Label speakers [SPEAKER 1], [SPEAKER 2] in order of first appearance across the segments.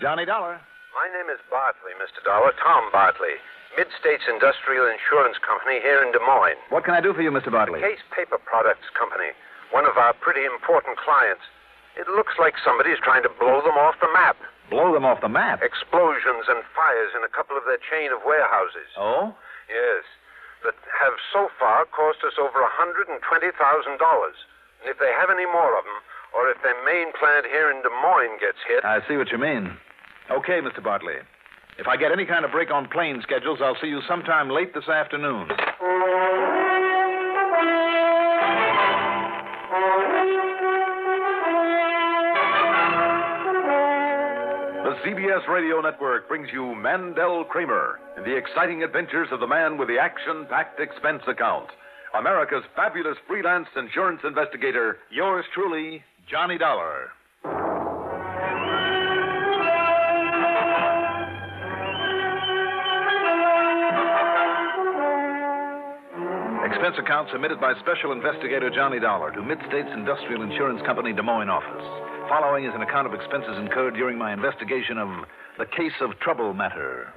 [SPEAKER 1] Johnny Dollar.
[SPEAKER 2] My name is Bartley, Mr. Dollar. Tom Bartley. Mid States Industrial Insurance Company here in Des Moines.
[SPEAKER 1] What can I do for you, Mr. Bartley?
[SPEAKER 2] Case Paper Products Company. One of our pretty important clients. It looks like somebody's trying to blow them off the map.
[SPEAKER 1] Blow them off the map.
[SPEAKER 2] Explosions and fires in a couple of their chain of warehouses.
[SPEAKER 1] Oh?
[SPEAKER 2] Yes. That have so far cost us over $120,000. And if they have any more of them, or if their main plant here in Des Moines gets hit.
[SPEAKER 1] I see what you mean. Okay, Mr. Bartley. If I get any kind of break on plane schedules, I'll see you sometime late this afternoon.
[SPEAKER 3] The CBS Radio Network brings you Mandel Kramer and the exciting adventures of the man with the action packed expense account. America's fabulous freelance insurance investigator,
[SPEAKER 1] Yours truly, Johnny Dollar. Expense account submitted by Special Investigator Johnny Dollar to Mid States Industrial Insurance Company Des Moines office. Following is an account of expenses incurred during my investigation of the case of trouble matter.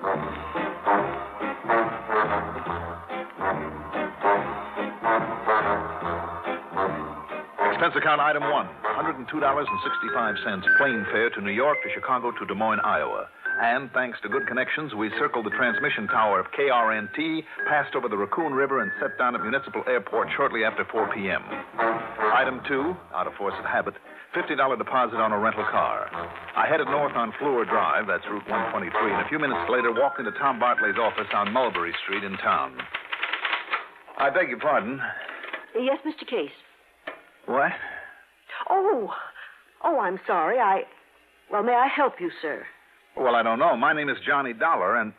[SPEAKER 1] Expense account item one $102.65 plane fare to New York to Chicago to Des Moines, Iowa. And thanks to good connections, we circled the transmission tower of KRNT, passed over the Raccoon River, and set down at Municipal Airport shortly after 4 p.m. Item two, out of force of habit, $50 deposit on a rental car. I headed north on Fleur Drive, that's Route 123, and a few minutes later walked into Tom Bartley's office on Mulberry Street in town. I beg your pardon.
[SPEAKER 4] Yes, Mr. Case.
[SPEAKER 1] What?
[SPEAKER 4] Oh, oh, I'm sorry. I. Well, may I help you, sir?
[SPEAKER 1] Well, I don't know. My name is Johnny Dollar, and.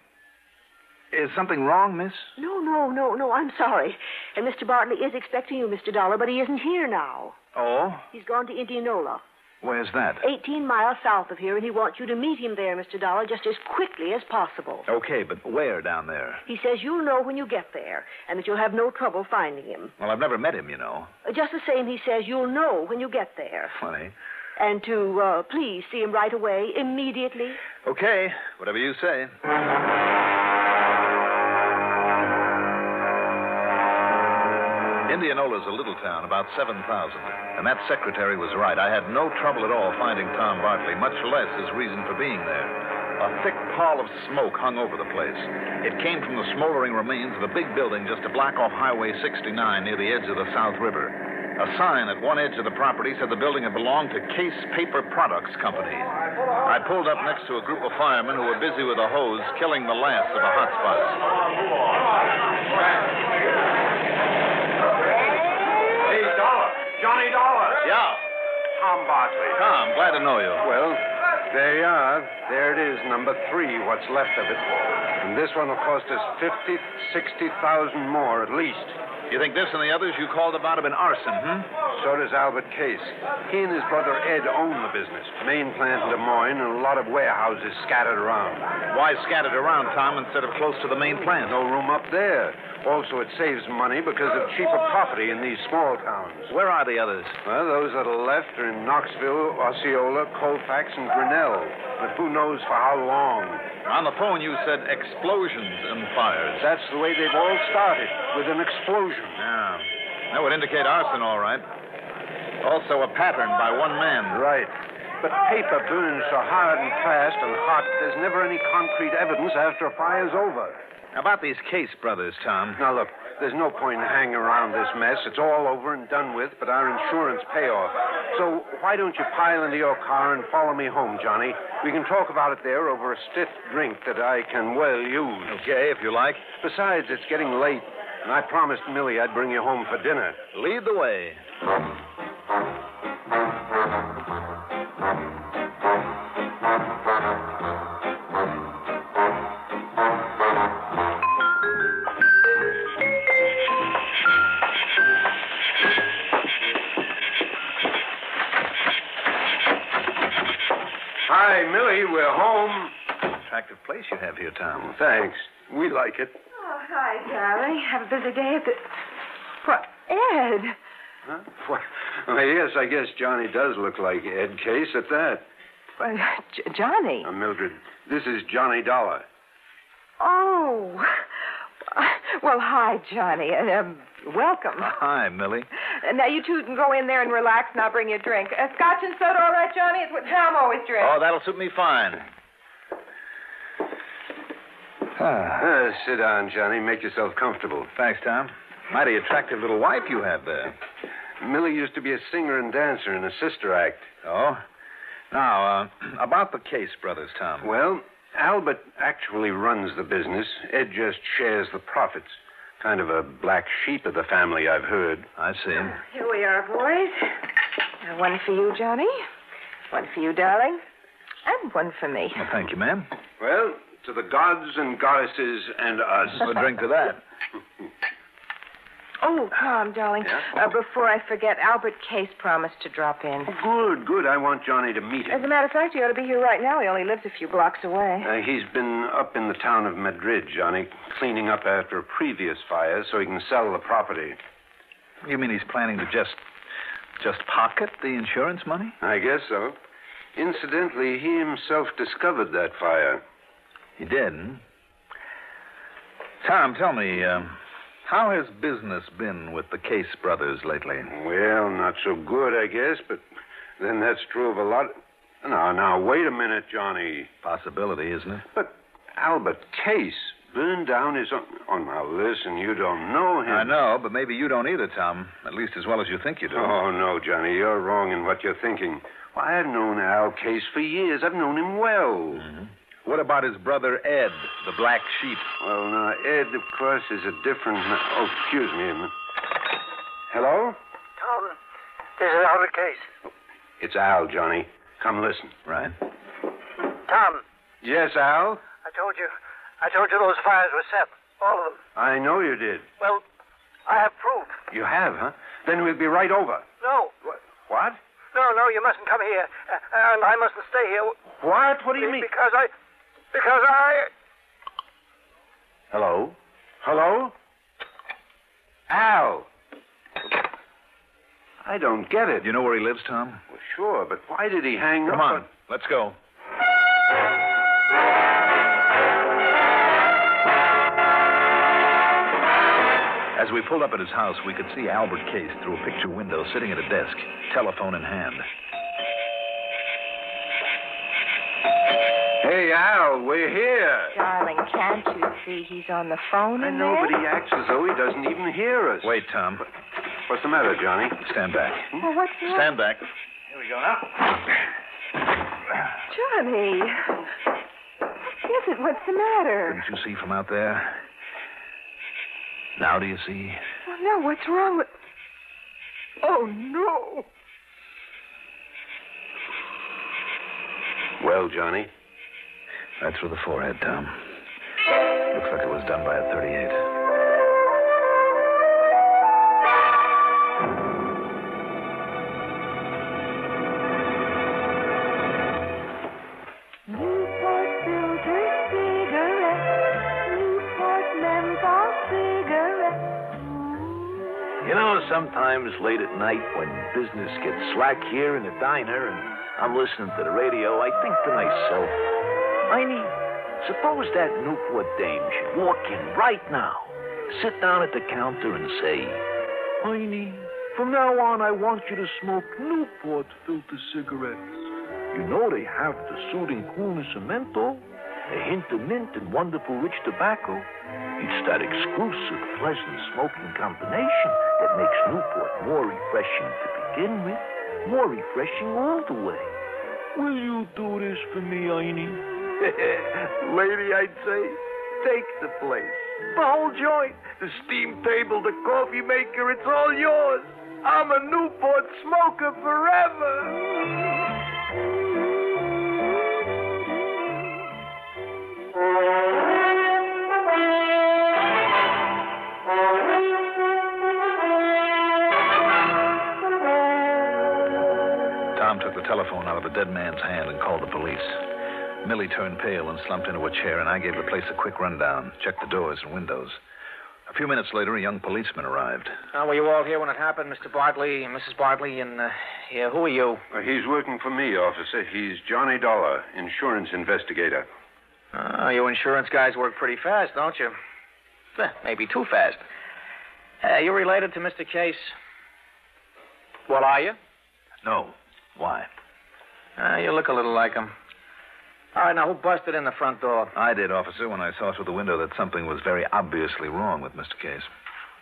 [SPEAKER 1] Is something wrong, miss?
[SPEAKER 4] No, no, no, no. I'm sorry. And Mr. Bartley is expecting you, Mr. Dollar, but he isn't here now.
[SPEAKER 1] Oh?
[SPEAKER 4] He's gone to Indianola,
[SPEAKER 1] Where's that?
[SPEAKER 4] 18 miles south of here, and he wants you to meet him there, Mr. Dollar, just as quickly as possible.
[SPEAKER 1] Okay, but where down there?
[SPEAKER 4] He says you'll know when you get there, and that you'll have no trouble finding him.
[SPEAKER 1] Well, I've never met him, you know.
[SPEAKER 4] Uh, Just the same, he says you'll know when you get there,
[SPEAKER 1] Funny.
[SPEAKER 4] and to uh, please see him right away, immediately.
[SPEAKER 1] Okay, whatever you say. Indianola's a little town, about 7,000. And that secretary was right. I had no trouble at all finding Tom Bartley, much less his reason for being there. A thick pall of smoke hung over the place. It came from the smoldering remains of a big building just a block off Highway 69 near the edge of the South River. A sign at one edge of the property said the building had belonged to Case Paper Products Company. I pulled up next to a group of firemen who were busy with a hose killing the last of the hotspots.
[SPEAKER 2] Hey, Dollar. Johnny Dollar.
[SPEAKER 1] Yeah,
[SPEAKER 2] Tom Bartley.
[SPEAKER 1] Tom, glad to know you.
[SPEAKER 2] Well, there you are. There it is, number three, what's left of it. And this one will cost us fifty, sixty thousand more at least.
[SPEAKER 1] You think this and the others you called about have been arson, hmm?
[SPEAKER 2] So does Albert Case. He and his brother Ed own the business. Main plant in Des Moines and a lot of warehouses scattered around.
[SPEAKER 1] Why scattered around, Tom, instead of close to the main plant?
[SPEAKER 2] No room up there. Also, it saves money because of cheaper property in these small towns.
[SPEAKER 1] Where are the others?
[SPEAKER 2] Well, those that are left are in Knoxville, Osceola, Colfax, and Grinnell. But who knows for how long?
[SPEAKER 1] On the phone, you said explosions and fires.
[SPEAKER 2] That's the way they've all started, with an explosion.
[SPEAKER 1] Yeah. That would indicate arson, all right. Also, a pattern by one man.
[SPEAKER 2] Right. But paper burns so hard and fast and hot, there's never any concrete evidence after a fire's over.
[SPEAKER 1] About these Case brothers, Tom.
[SPEAKER 2] Now, look, there's no point in hanging around this mess. It's all over and done with, but our insurance payoff. So why don't you pile into your car and follow me home, Johnny? We can talk about it there over a stiff drink that I can well use.
[SPEAKER 1] Okay, if you like.
[SPEAKER 2] Besides, it's getting late, and I promised Millie I'd bring you home for dinner.
[SPEAKER 1] Lead the way.
[SPEAKER 2] Hi, Millie, we're home.
[SPEAKER 1] Attractive place you have here, Tom.
[SPEAKER 2] Thanks. We like it.
[SPEAKER 5] Oh, hi, darling. Have a busy day at the. What, Ed?
[SPEAKER 2] Huh? Well, yes, I guess Johnny does look like Ed Case at that.
[SPEAKER 5] Uh, J- Johnny.
[SPEAKER 2] Uh, Mildred, this is Johnny Dollar.
[SPEAKER 5] Oh. Well, hi, Johnny. and, Um, welcome.
[SPEAKER 1] Hi, Millie.
[SPEAKER 5] Uh, Now, you two can go in there and relax, and I'll bring you a drink. Uh, scotch and soda, all right, Johnny? It's what Tom always drinks.
[SPEAKER 1] Oh, that'll suit me fine. Ah,
[SPEAKER 2] Uh, sit down, Johnny. Make yourself comfortable.
[SPEAKER 1] thanks, Tom. Mighty attractive little wife you have there.
[SPEAKER 2] Millie used to be a singer and dancer in a sister act.
[SPEAKER 1] Oh? Now, uh, about the case, brothers, Tom.
[SPEAKER 2] Well, Albert actually runs the business. Ed just shares the profits. Kind of a black sheep of the family, I've heard.
[SPEAKER 1] I see.
[SPEAKER 5] Here we are, boys. Uh, One for you, Johnny. One for you, darling. And one for me.
[SPEAKER 1] Well, thank you, ma'am.
[SPEAKER 2] Well, to the gods and goddesses and
[SPEAKER 1] We'll
[SPEAKER 2] us.
[SPEAKER 1] drink to that.
[SPEAKER 5] Oh, Tom, darling. Uh, before I forget, Albert Case promised to drop in.
[SPEAKER 2] good, good. I want Johnny to meet
[SPEAKER 5] As
[SPEAKER 2] him.
[SPEAKER 5] a matter of fact, he ought to be here right now. He only lives a few blocks away.
[SPEAKER 2] Uh, he's been up in the town of Madrid, Johnny, cleaning up after a previous fire so he can sell the property.
[SPEAKER 1] You mean he's planning to just. just pocket the insurance money?
[SPEAKER 2] I guess so. Incidentally, he himself discovered that fire.
[SPEAKER 1] He did. hmm? Tom, tell me, um, how has business been with the Case brothers lately?
[SPEAKER 2] Well, not so good, I guess, but then that's true of a lot. Now, now, wait a minute, Johnny.
[SPEAKER 1] Possibility, isn't it?
[SPEAKER 2] But Albert Case burned down his own. Oh, now listen, you don't know him.
[SPEAKER 1] I know, but maybe you don't either, Tom. At least as well as you think you do.
[SPEAKER 2] Oh, no, Johnny, you're wrong in what you're thinking. Why, I've known Al Case for years. I've known him well.
[SPEAKER 1] Mm-hmm. What about his brother Ed, the black sheep?
[SPEAKER 2] Well, now, Ed, of course, is a different. ma- Oh, excuse me. a minute. Hello?
[SPEAKER 6] Tom, this is Albert Case.
[SPEAKER 2] It's Al, Johnny. Come listen.
[SPEAKER 1] Right.
[SPEAKER 6] Tom,
[SPEAKER 2] Yes, Al?
[SPEAKER 6] I told you, I told you those fires were set, all of them.
[SPEAKER 2] I know you did.
[SPEAKER 6] Well, I have proof.
[SPEAKER 2] You have, huh? Then we'll be right over.
[SPEAKER 6] No,
[SPEAKER 2] What?
[SPEAKER 6] no, no, you mustn't come here, uh, and I mustn't stay here.
[SPEAKER 2] What? What do you mean?
[SPEAKER 6] Because I, because I.
[SPEAKER 2] Hello? Hello? Al! I don't get it.
[SPEAKER 1] Do you know where he lives, Tom?
[SPEAKER 2] Well, sure, but why did he hang
[SPEAKER 1] Come
[SPEAKER 2] up
[SPEAKER 1] on, let's go. As we pulled up at his house, we could see Albert Case through a picture window sitting at a desk, telephone in hand.
[SPEAKER 2] Hey, Al, we're here.
[SPEAKER 5] Darling, can't you see he's on the phone in
[SPEAKER 2] And
[SPEAKER 5] there?
[SPEAKER 2] nobody acts as though he doesn't even hear us.
[SPEAKER 1] Wait, Tom.
[SPEAKER 2] What's the matter, Johnny?
[SPEAKER 1] Stand back.
[SPEAKER 5] Well, what's the
[SPEAKER 1] Stand back.
[SPEAKER 5] Johnny. Is it? What's the matter?
[SPEAKER 1] Couldn't you see from out there? Now do you see?
[SPEAKER 5] Well, Oh, no, what's wrong with. Oh, no.
[SPEAKER 2] Well, Johnny,
[SPEAKER 1] Right through the forehead, Tom. Looks like it was done by a 38.
[SPEAKER 5] Newport Builder cigarette. Newport menthol cigarette.
[SPEAKER 7] You know, sometimes late at night when business gets slack here in the diner and I'm listening to the radio, I think to myself, Heiny, suppose that Newport dame should walk in right now, sit down at the counter and say, Heiny, from now on I want you to smoke Newport filter cigarettes. You know they have the soothing coolness of menthol, a hint of mint and wonderful rich tobacco. It's that exclusive, pleasant smoking combination that makes Newport more refreshing to begin with, more refreshing all the way. Will you do this for me, Einie? Lady, I'd say, take the place. The whole joint, the steam table, the coffee maker, it's all yours. I'm a Newport smoker forever.
[SPEAKER 1] Tom took the telephone out of the dead man's hand and called the police. Millie turned pale and slumped into a chair, and I gave the place a quick rundown, checked the doors and windows. A A few minutes later, a young policeman arrived.
[SPEAKER 8] Uh, were you all here when it happened, Mr. Bartley, Mrs. Bartley, and uh, yeah, who are you?
[SPEAKER 2] Uh, he's working for me, officer. He's Johnny Dollar, insurance investigator.
[SPEAKER 8] Oh, you insurance guys work pretty fast, don't you? Eh, Maybe too fast. Uh, you related to Mr. Case? Well, are you?
[SPEAKER 1] No. Why?
[SPEAKER 8] Uh, you look a little like him. All right, now who busted in the front door?
[SPEAKER 1] I did, officer, when I saw through the window that something was very obviously wrong with Mr. Case.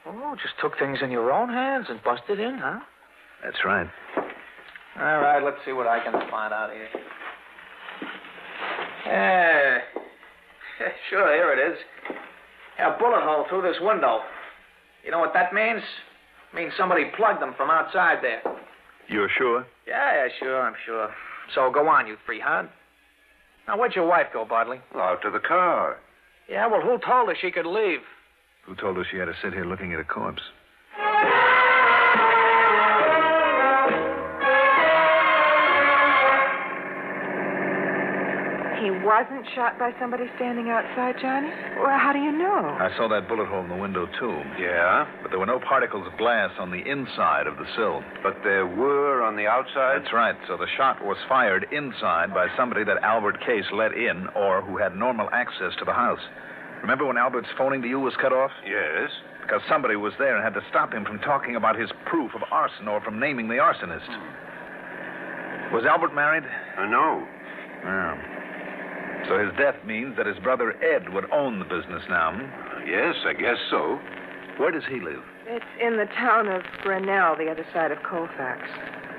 [SPEAKER 8] Oh, just took things in your own hands and busted in, huh?
[SPEAKER 1] That's right.
[SPEAKER 8] All right, let's see what I can find out here. Yeah. Sure, here it is. A bullet hole through this window. You know what that means? means somebody plugged them from outside there.
[SPEAKER 1] You're sure?
[SPEAKER 8] Yeah, yeah, sure, I'm sure. So go on, you three, huh? Now, where'd your wife go, Bartley?
[SPEAKER 2] Out to the car.
[SPEAKER 8] Yeah, well, who told her she could leave?
[SPEAKER 1] Who told her she had to sit here looking at a corpse?
[SPEAKER 5] He wasn't shot by somebody standing outside, Johnny? Well, how do you know?
[SPEAKER 1] I saw that bullet hole in the window, too.
[SPEAKER 2] Oh. Yeah,
[SPEAKER 1] But there were no particles of glass on the inside of the sill.
[SPEAKER 2] but there were on the outside.
[SPEAKER 1] That's right. So the shot was fired inside by somebody that Albert Case let in or who had normal access to the house. Remember when Albert's phoning to you was cut off?
[SPEAKER 2] Yes.
[SPEAKER 1] Because somebody was there and had to stop him from talking about his proof of arson or from naming the arsonist.
[SPEAKER 2] Hmm.
[SPEAKER 1] Was Albert married?
[SPEAKER 2] I know.
[SPEAKER 1] No. So his death means that his brother Ed would own the business now. hmm?
[SPEAKER 2] Yes, I guess so.
[SPEAKER 1] Where does he live?
[SPEAKER 5] It's in the town of Grinnell, the other side of Colfax.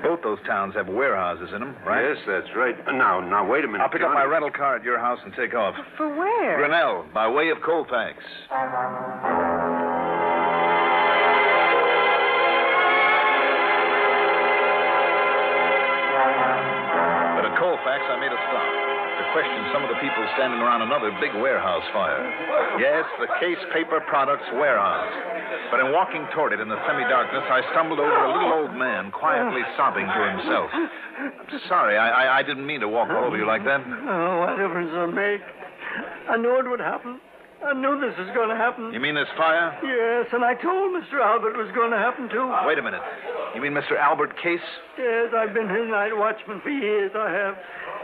[SPEAKER 1] Both those towns have warehouses in them, right?
[SPEAKER 2] Yes, that's right. Uh, Now, now, wait a minute.
[SPEAKER 1] I'll pick up my
[SPEAKER 2] Johnny.
[SPEAKER 1] rental car at your house and take off.
[SPEAKER 5] For where?
[SPEAKER 1] Grinnell, by way of Colfax. But at Colfax, I made a stop to question some of the people standing around another big warehouse fire. Yes, the Case Paper Products warehouse. But in walking toward it in the semi darkness, I stumbled over a little old man quietly sobbing to himself. I'm sorry, I, I, I didn't mean to walk all over you like that.
[SPEAKER 9] Oh, what difference does it make? I knew it would happen. I knew this was going to happen.
[SPEAKER 1] You mean this fire?
[SPEAKER 9] Yes, and I told Mr. Albert it was going to happen, too.
[SPEAKER 1] Wait a minute. You mean Mr. Albert Case?
[SPEAKER 9] Yes, I've been his night watchman for years, I have.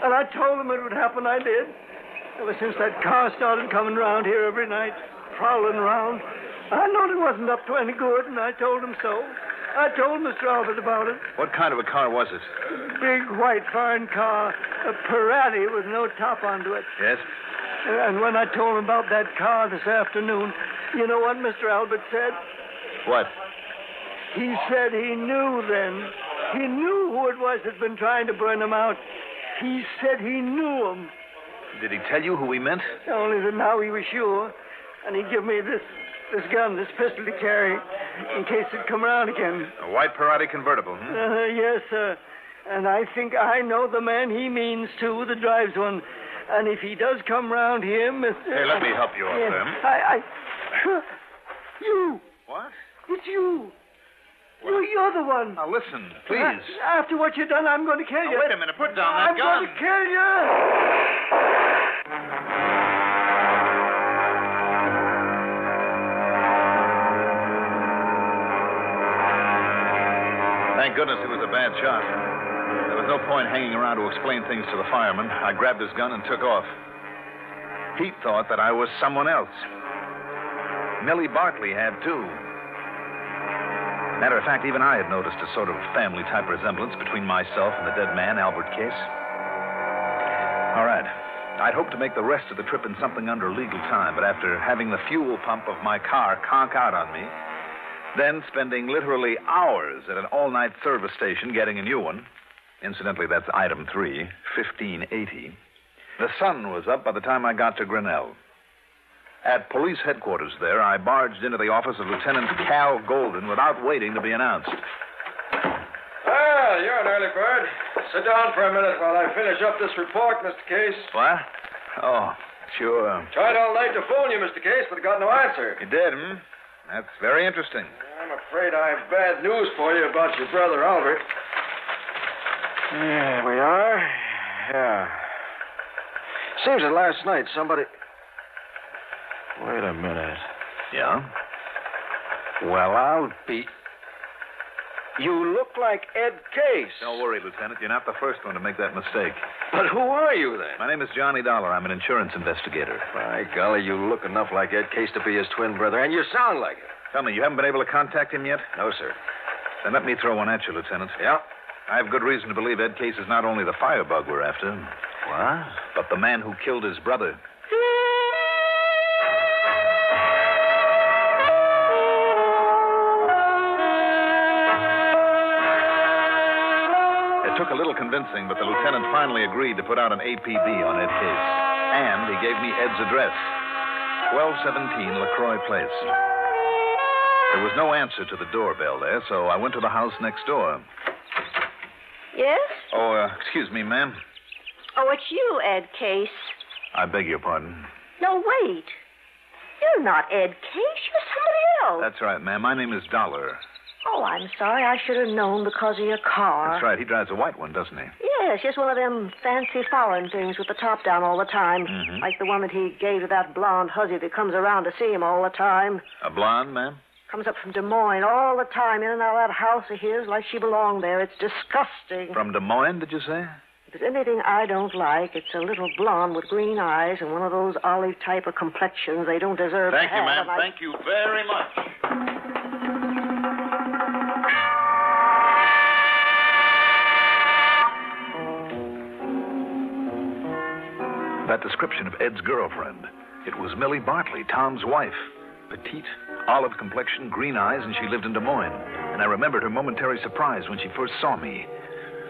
[SPEAKER 9] And I told him it would happen, I did. Ever since that car started coming round here every night, prowling around, I knowed it wasn't up to any good, and I told him so. I told Mr. Albert about it.
[SPEAKER 1] What kind of a car was it?
[SPEAKER 9] Big white foreign car, a Pirati with no top onto it.
[SPEAKER 1] Yes?
[SPEAKER 9] And when I told him about that car this afternoon, you know what Mr. Albert said?
[SPEAKER 1] What?
[SPEAKER 9] He said he knew then. He knew who it was that had been trying to burn him out. He said he knew him,
[SPEAKER 1] Did he tell you who we meant?
[SPEAKER 9] only that now he was sure. And he give me this this gun, this pistol to carry, in case it'd come around again.
[SPEAKER 1] A white Pirate convertible, hmm?
[SPEAKER 9] Uh, yes, sir. And I think I know the man he means, too, that drives one. And if he does come round here, Mr.
[SPEAKER 1] Hey, let me help you up
[SPEAKER 9] Yes,
[SPEAKER 1] there. hmm?
[SPEAKER 9] I, I. You!
[SPEAKER 1] What?
[SPEAKER 9] It's you. You, you're the one.
[SPEAKER 1] Now listen, please.
[SPEAKER 9] A- After what you've done, I'm going to kill you.
[SPEAKER 1] Now, wait a minute. Put down that
[SPEAKER 9] I'm
[SPEAKER 1] gun.
[SPEAKER 9] going to kill you.
[SPEAKER 1] Thank goodness it was a bad shot. There was no point hanging around to explain things to the fireman. I grabbed his gun and took off. He thought that I was someone else. Millie Bartley had, too. Matter of fact, even I had noticed a sort of family type resemblance between myself and the dead man, Albert Case. All right. I'd hoped to make the rest of the trip in something under legal time, but after having the fuel pump of my car conk out on me, then spending literally hours at an all night service station getting a new one. Incidentally, that's item three, 1580. The sun was up by the time I got to Grinnell. At police headquarters there, I barged into the office of Lieutenant Cal Golden without waiting to be announced.
[SPEAKER 6] Well, Ah, you're an early bird. Sit down for a minute while I finish up this report, Mr. Case.
[SPEAKER 1] What? Oh, sure.
[SPEAKER 6] Tried all night to phone you, Mr. Case, but got no answer.
[SPEAKER 1] You did, hmm? That's very interesting.
[SPEAKER 6] I'm afraid I have bad news for you about your brother, Albert.
[SPEAKER 2] Yeah, we are. Yeah. Seems that last night somebody. Wait a minute.
[SPEAKER 1] Yeah?
[SPEAKER 2] Well, I'll be. You look like Ed Case.
[SPEAKER 1] Don't worry, Lieutenant. You're not the first one to make that mistake.
[SPEAKER 6] But who are you then?
[SPEAKER 1] My name is Johnny Dollar. I'm an insurance investigator.
[SPEAKER 6] By golly, you look enough like Ed Case to be his twin brother, and you sound like it.
[SPEAKER 1] Tell me, you haven't been able to contact him yet?
[SPEAKER 6] No, sir.
[SPEAKER 1] Then let me throw one at you, Lieutenant.
[SPEAKER 6] Yeah?
[SPEAKER 1] I have good reason to believe Ed Case is not only the firebug we're after.
[SPEAKER 6] What?
[SPEAKER 1] But the man who killed his brother. It took a little convincing, but the lieutenant finally agreed to put out an APB on Ed Case. And he gave me Ed's address 1217 LaCroix Place. There was no answer to the doorbell there, so I went to the house next door.
[SPEAKER 4] Yes?
[SPEAKER 1] Oh, uh, excuse me, ma'am.
[SPEAKER 4] Oh, it's you, Ed Case.
[SPEAKER 1] I beg your pardon.
[SPEAKER 4] No, wait. You're not Ed Case. You're somebody else.
[SPEAKER 1] That's right, ma'am. My name is Dollar.
[SPEAKER 4] Oh, I'm sorry. I should have known because of your car.
[SPEAKER 1] That's right. He drives a white one, doesn't he?
[SPEAKER 4] Yes, just one of them fancy foreign things with the top down all the time.
[SPEAKER 1] Mhm.
[SPEAKER 4] Like the one that he gave to that blonde hussy that comes around to see him all the time.
[SPEAKER 1] A blonde, ma'am?
[SPEAKER 4] Comes up from Des Moines all the time in and out of that house of his like she belonged there. It's disgusting.
[SPEAKER 1] From Des Moines, did you say?
[SPEAKER 4] If there's anything I don't like, it's a little blonde with green eyes and one of those olive type of complexions they don't deserve
[SPEAKER 1] Thank
[SPEAKER 4] to
[SPEAKER 1] you,
[SPEAKER 4] have.
[SPEAKER 1] ma'am.
[SPEAKER 4] and I-
[SPEAKER 1] Thank you very much. That description of Ed's girlfriend. It was Millie Bartley, Tom's wife. Petite, olive complexion, green eyes, and she lived in Des Moines. And I remembered her momentary surprise when she first saw me.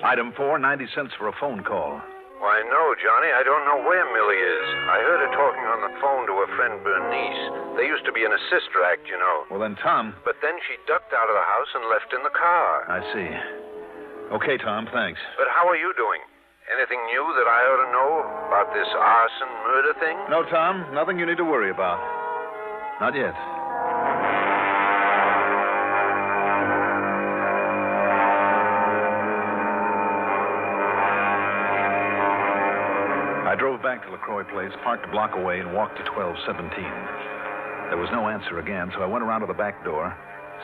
[SPEAKER 1] Item four, 90 cents for a phone call.
[SPEAKER 2] Why, no, Johnny. I don't know where Millie is. I heard her talking on the phone to her friend Bernice. They used to be in a sister act, you know.
[SPEAKER 1] Well, then, Tom.
[SPEAKER 2] But then she ducked out of the house and left in the car.
[SPEAKER 1] I see. Okay, Tom, thanks.
[SPEAKER 2] But how are you doing? Anything new that I ought to know about this arson murder thing?
[SPEAKER 1] No, Tom, nothing you need to worry about. Not yet. I drove back to LaCroix Place, parked a block away, and walked to 1217. There was no answer again, so I went around to the back door,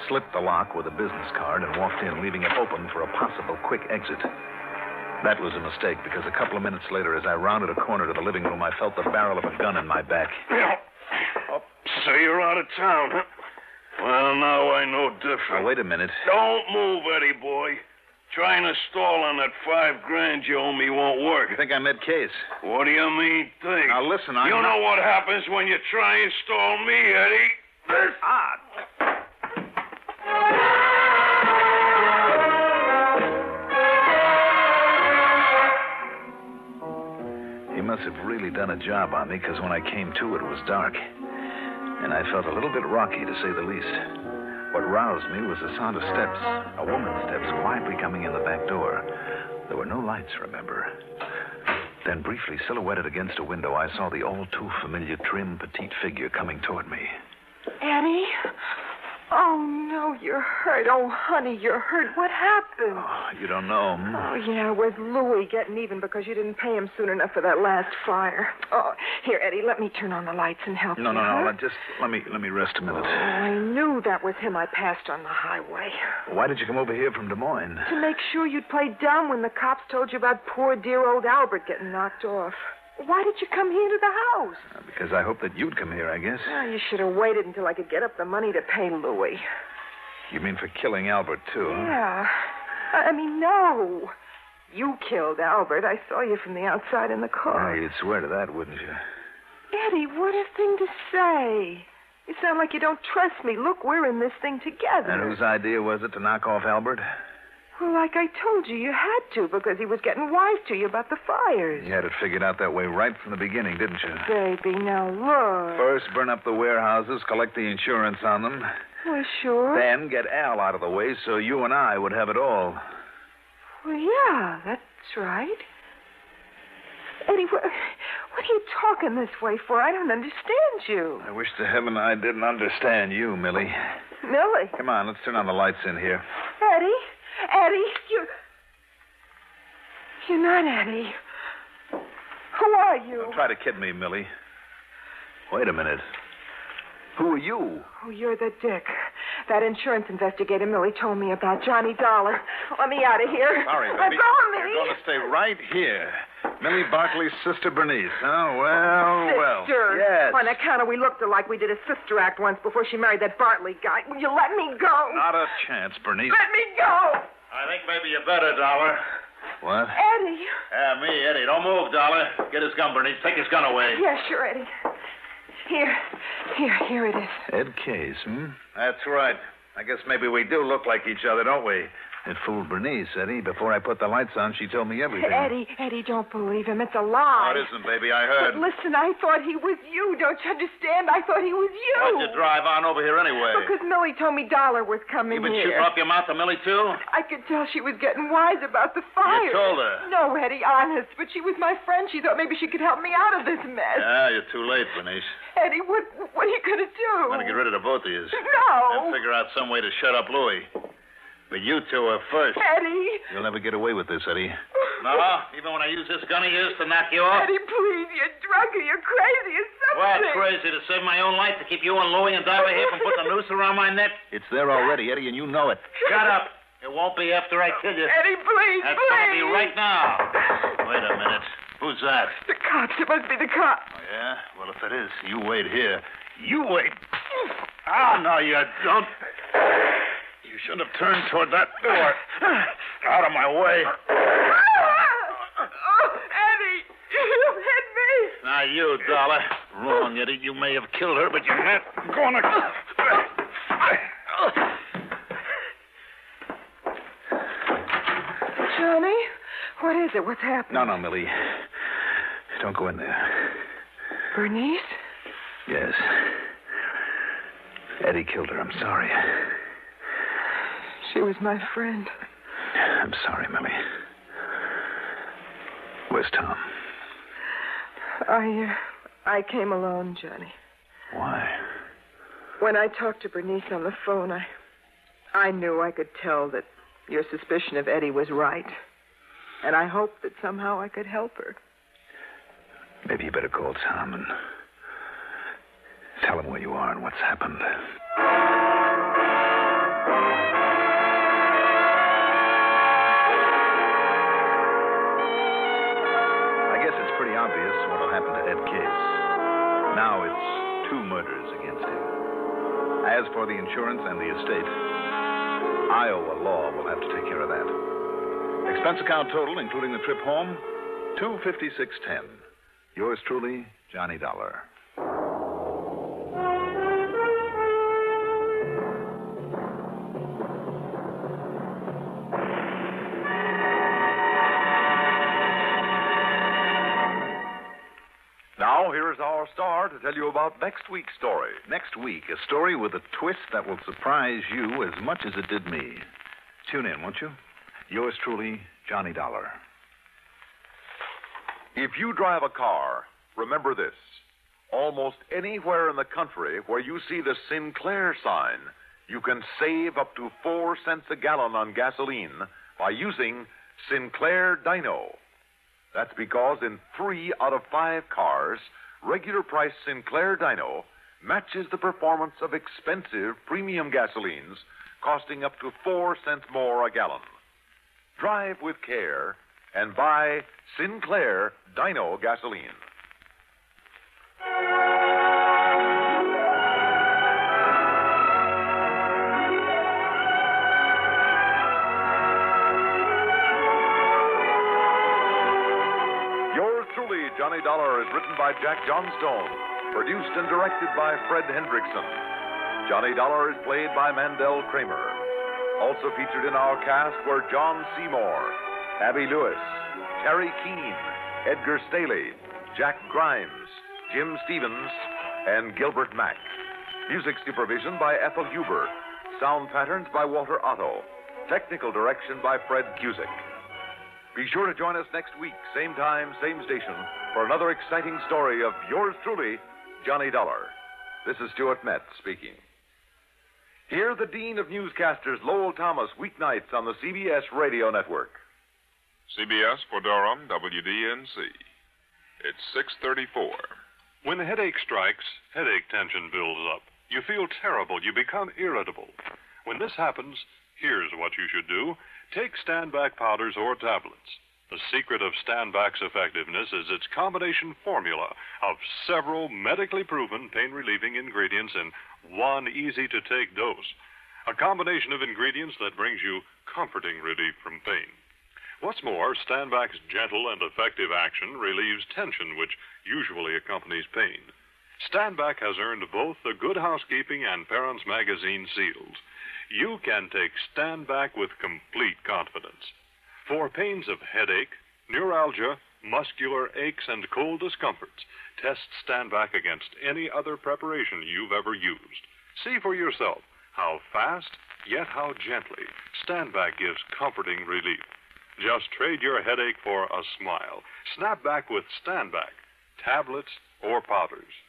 [SPEAKER 1] slipped the lock with a business card, and walked in, leaving it open for a possible quick exit. That was a mistake because a couple of minutes later, as I rounded a corner to the living room, I felt the barrel of a gun in my back.
[SPEAKER 10] oh, So you're out of town, huh? Well, now I know different.
[SPEAKER 1] Now, wait a minute.
[SPEAKER 10] Don't move, Eddie boy. Trying to stall on that five grand you owe me won't work.
[SPEAKER 1] You think I'm Ed Case?
[SPEAKER 10] What do you mean, think?
[SPEAKER 1] Now, listen, I.
[SPEAKER 10] you know what happens when you try and stall me, Eddie. This... Ah.
[SPEAKER 1] He must have really done a job on me because when I came to, it was dark. And I felt a little bit rocky, to say the least. What roused me was the sound of steps, a woman's steps quietly coming in the back door. There were no lights, remember. Then, briefly silhouetted against a window, I saw the all too familiar, trim, petite figure coming toward me.
[SPEAKER 5] Eddie? Oh, no, you're hurt. Oh, honey, you're hurt. What happened?
[SPEAKER 1] You don't know. hmm?
[SPEAKER 5] Oh, yeah, with Louie getting even because you didn't pay him soon enough for that last fire. Oh, here, Eddie, let me turn on the lights and help
[SPEAKER 1] No,
[SPEAKER 5] you.
[SPEAKER 1] no,
[SPEAKER 5] huh?
[SPEAKER 1] no. Let, just let me let me rest a minute.
[SPEAKER 5] Oh, I knew that was him I passed on the highway.
[SPEAKER 1] Why did you come over here from Des Moines?
[SPEAKER 5] To make sure you'd play dumb when the cops told you about poor dear old Albert getting knocked off. Why did you come here to the house?
[SPEAKER 1] Because I hoped that you'd come here, I guess.
[SPEAKER 5] Well, you should have waited until I could get up the money to pay Louis.
[SPEAKER 1] You mean for killing Albert, too? huh?
[SPEAKER 5] Yeah. I I mean, no. You killed Albert. I saw you from the outside in the
[SPEAKER 1] Oh,
[SPEAKER 5] car.
[SPEAKER 1] you'd swear to that, wouldn't you?
[SPEAKER 5] Eddie, what a thing to say. You sound like you don't trust me. Look, we're in this thing together.
[SPEAKER 1] And whose idea was it to knock off Albert?
[SPEAKER 5] Well, like I told you, you had to because he was getting wise to you about the fires.
[SPEAKER 1] You had it figured out that way right from the beginning, didn't you?
[SPEAKER 5] Baby, now look.
[SPEAKER 1] First, burn up the warehouses, collect the insurance on them,
[SPEAKER 5] Well, sure.
[SPEAKER 1] then get Al out of the way so you and I would have it all.
[SPEAKER 5] Well, yeah, that's right. Eddie, what, what are you talking this way for? I don't understand you.
[SPEAKER 1] I wish to heaven I didn't understand you, Millie.
[SPEAKER 5] Millie.
[SPEAKER 1] Come on, let's turn on the lights in here.
[SPEAKER 5] Eddie, Eddie, you. You're not Eddie. Who are you?
[SPEAKER 1] Don't try to kid me, Millie. Wait a minute. Who are you?
[SPEAKER 5] Oh, you're the dick. that insurance investigator Millie told me about Johnny Dollar. Let me out of here.
[SPEAKER 1] Sorry,
[SPEAKER 5] Let
[SPEAKER 1] baby.
[SPEAKER 5] go of me.
[SPEAKER 1] You're going to stay right here. Millie Barkley's sister Bernice. Oh, well, well.
[SPEAKER 5] Sister. On account of we looked alike, we did a sister act once before she married that Bartley guy. Will you let me go? Oh,
[SPEAKER 1] Not a chance, Bernice.
[SPEAKER 5] Let me go.
[SPEAKER 10] I think maybe you better, Dollar.
[SPEAKER 1] What?
[SPEAKER 5] Eddie.
[SPEAKER 10] Yeah, me, Eddie. Don't move, Dollar. Get his gun, Bernice. Take his gun away.
[SPEAKER 5] Yeah, sure, Eddie. Here. Here, here it is.
[SPEAKER 1] Ed Case, hmm?
[SPEAKER 6] That's right.
[SPEAKER 1] I guess maybe we do look like each other, don't we? It fooled Bernice, Eddie. Before I put the lights on, she told me everything.
[SPEAKER 5] Eddie, Eddie, don't believe him. It's a
[SPEAKER 1] No,
[SPEAKER 5] lie.
[SPEAKER 1] it isn't, baby. I heard.
[SPEAKER 5] But listen, I thought he was you. Don't you understand? I thought he was you.
[SPEAKER 10] Why'd you drive on over here anyway?
[SPEAKER 5] Because Millie told me Dollar was coming
[SPEAKER 10] You've been
[SPEAKER 5] here.
[SPEAKER 10] shooting up your mouth to Millie, too?
[SPEAKER 5] I could tell she was getting wise about the fire.
[SPEAKER 10] told her.
[SPEAKER 5] No, Eddie, honest. But she was my friend. She thought maybe she could help me out of this mess.
[SPEAKER 10] Ah, you're too late, Bernice.
[SPEAKER 5] Eddie, what what are you going to do?
[SPEAKER 10] I'm going to get rid of the both of you.
[SPEAKER 5] No.
[SPEAKER 10] And figure out some way to shut up Louie. But you two are first.
[SPEAKER 5] Eddie,
[SPEAKER 1] You'll never get away with this, Eddie.
[SPEAKER 10] No, even when I use this gun of yours to knock you off.
[SPEAKER 5] Eddie, please, you're drunk or you're crazy or
[SPEAKER 10] Well,
[SPEAKER 5] something.
[SPEAKER 10] crazy to save my own life to keep you and Louie and Dollar here from putting a noose around my neck?
[SPEAKER 1] It's there already, Eddie, and you know it.
[SPEAKER 10] Shut up. It won't be after I kill you.
[SPEAKER 5] Eddie, please,
[SPEAKER 10] That's
[SPEAKER 5] please.
[SPEAKER 10] gonna be right now. Wait a minute. Who's that?
[SPEAKER 5] The cops. It must be the cops.
[SPEAKER 10] Oh, yeah? Well, if it is, you wait here. You wait. Ah, no, you don't. You shouldn't have turned toward that door.
[SPEAKER 5] Ah.
[SPEAKER 10] Out of my way.
[SPEAKER 5] Oh, Eddie, you hit me.
[SPEAKER 10] Now, you, Dollar. Wrong, Eddie. You may have killed her, but you're not going
[SPEAKER 5] Ah.
[SPEAKER 10] to.
[SPEAKER 5] Johnny, what is it? What's happened?
[SPEAKER 1] No, no, Millie. Don't go in there.
[SPEAKER 5] Bernice?
[SPEAKER 1] Yes. Eddie killed her. I'm sorry.
[SPEAKER 5] She was my friend.
[SPEAKER 1] I'm sorry, Millie. Where's Tom?
[SPEAKER 5] I, uh, I came alone, Johnny.
[SPEAKER 1] Why?
[SPEAKER 5] When I talked to Bernice on the phone, I, I knew I could tell that your suspicion of Eddie was right, and I hoped that somehow I could help her.
[SPEAKER 1] Maybe you better call Tom and tell him where you are and what's happened. I guess it's pretty obvious what'll happen to Ed Case. Now it's two murders against him. As for the insurance and the estate, Iowa law will have to take care of that. Expense account total, including the trip home, two fifty six ten. Yours truly, Johnny Dollar.
[SPEAKER 3] Now, here is our star to tell you about next week's story.
[SPEAKER 1] Next week, a story with a twist that will surprise you as much as it did me. Tune in, won't you? Yours truly, Johnny Dollar.
[SPEAKER 3] If you drive a car, remember this. Almost anywhere in the country where you see the Sinclair sign, you can save up to four cents a gallon on gasoline by using Sinclair Dino. That's because in three out of five cars, regular price Sinclair Dino matches the performance of expensive premium gasolines costing up to four cents more a gallon. Drive with care and buy Sinclair Dino gasoline. Yours truly, Johnny Dollar, is written by Jack Johnstone, produced and directed by Fred Hendrickson. Johnny Dollar is played by Mandel Kramer. Also featured in our cast were John Seymour, Abby Lewis, Terry Keene, Edgar Staley, Jack Grimes, Jim Stevens, and Gilbert Mack. Music supervision by Ethel Huber. Sound patterns by Walter Otto. Technical direction by Fred Cusick. Be sure to join us next week, same time, same station, for another exciting story of yours truly, Johnny Dollar. This is Stuart Metz speaking. Hear the Dean of Newscasters, Lowell Thomas, weeknights on the CBS Radio Network.
[SPEAKER 11] CBS for Durham, WDNC. It's 634.
[SPEAKER 12] When the headache strikes, headache tension builds up.
[SPEAKER 11] You feel terrible. You become irritable. When this happens, here's what you should do take standback powders or tablets. The secret of standback's effectiveness is its combination formula of several medically proven pain relieving ingredients in one easy to take dose. A combination of ingredients that brings you comforting relief from pain. What's more, Standback's gentle and effective action relieves tension, which usually accompanies pain. Standback has earned both the Good Housekeeping and Parents Magazine seals. You can take Standback with complete confidence. For pains of headache, neuralgia, muscular aches, and cold discomforts, test Standback against any other preparation you've ever used. See for yourself how fast, yet how gently, Standback gives comforting relief. Just trade your headache for a smile. Snap back with Standback, tablets, or powders.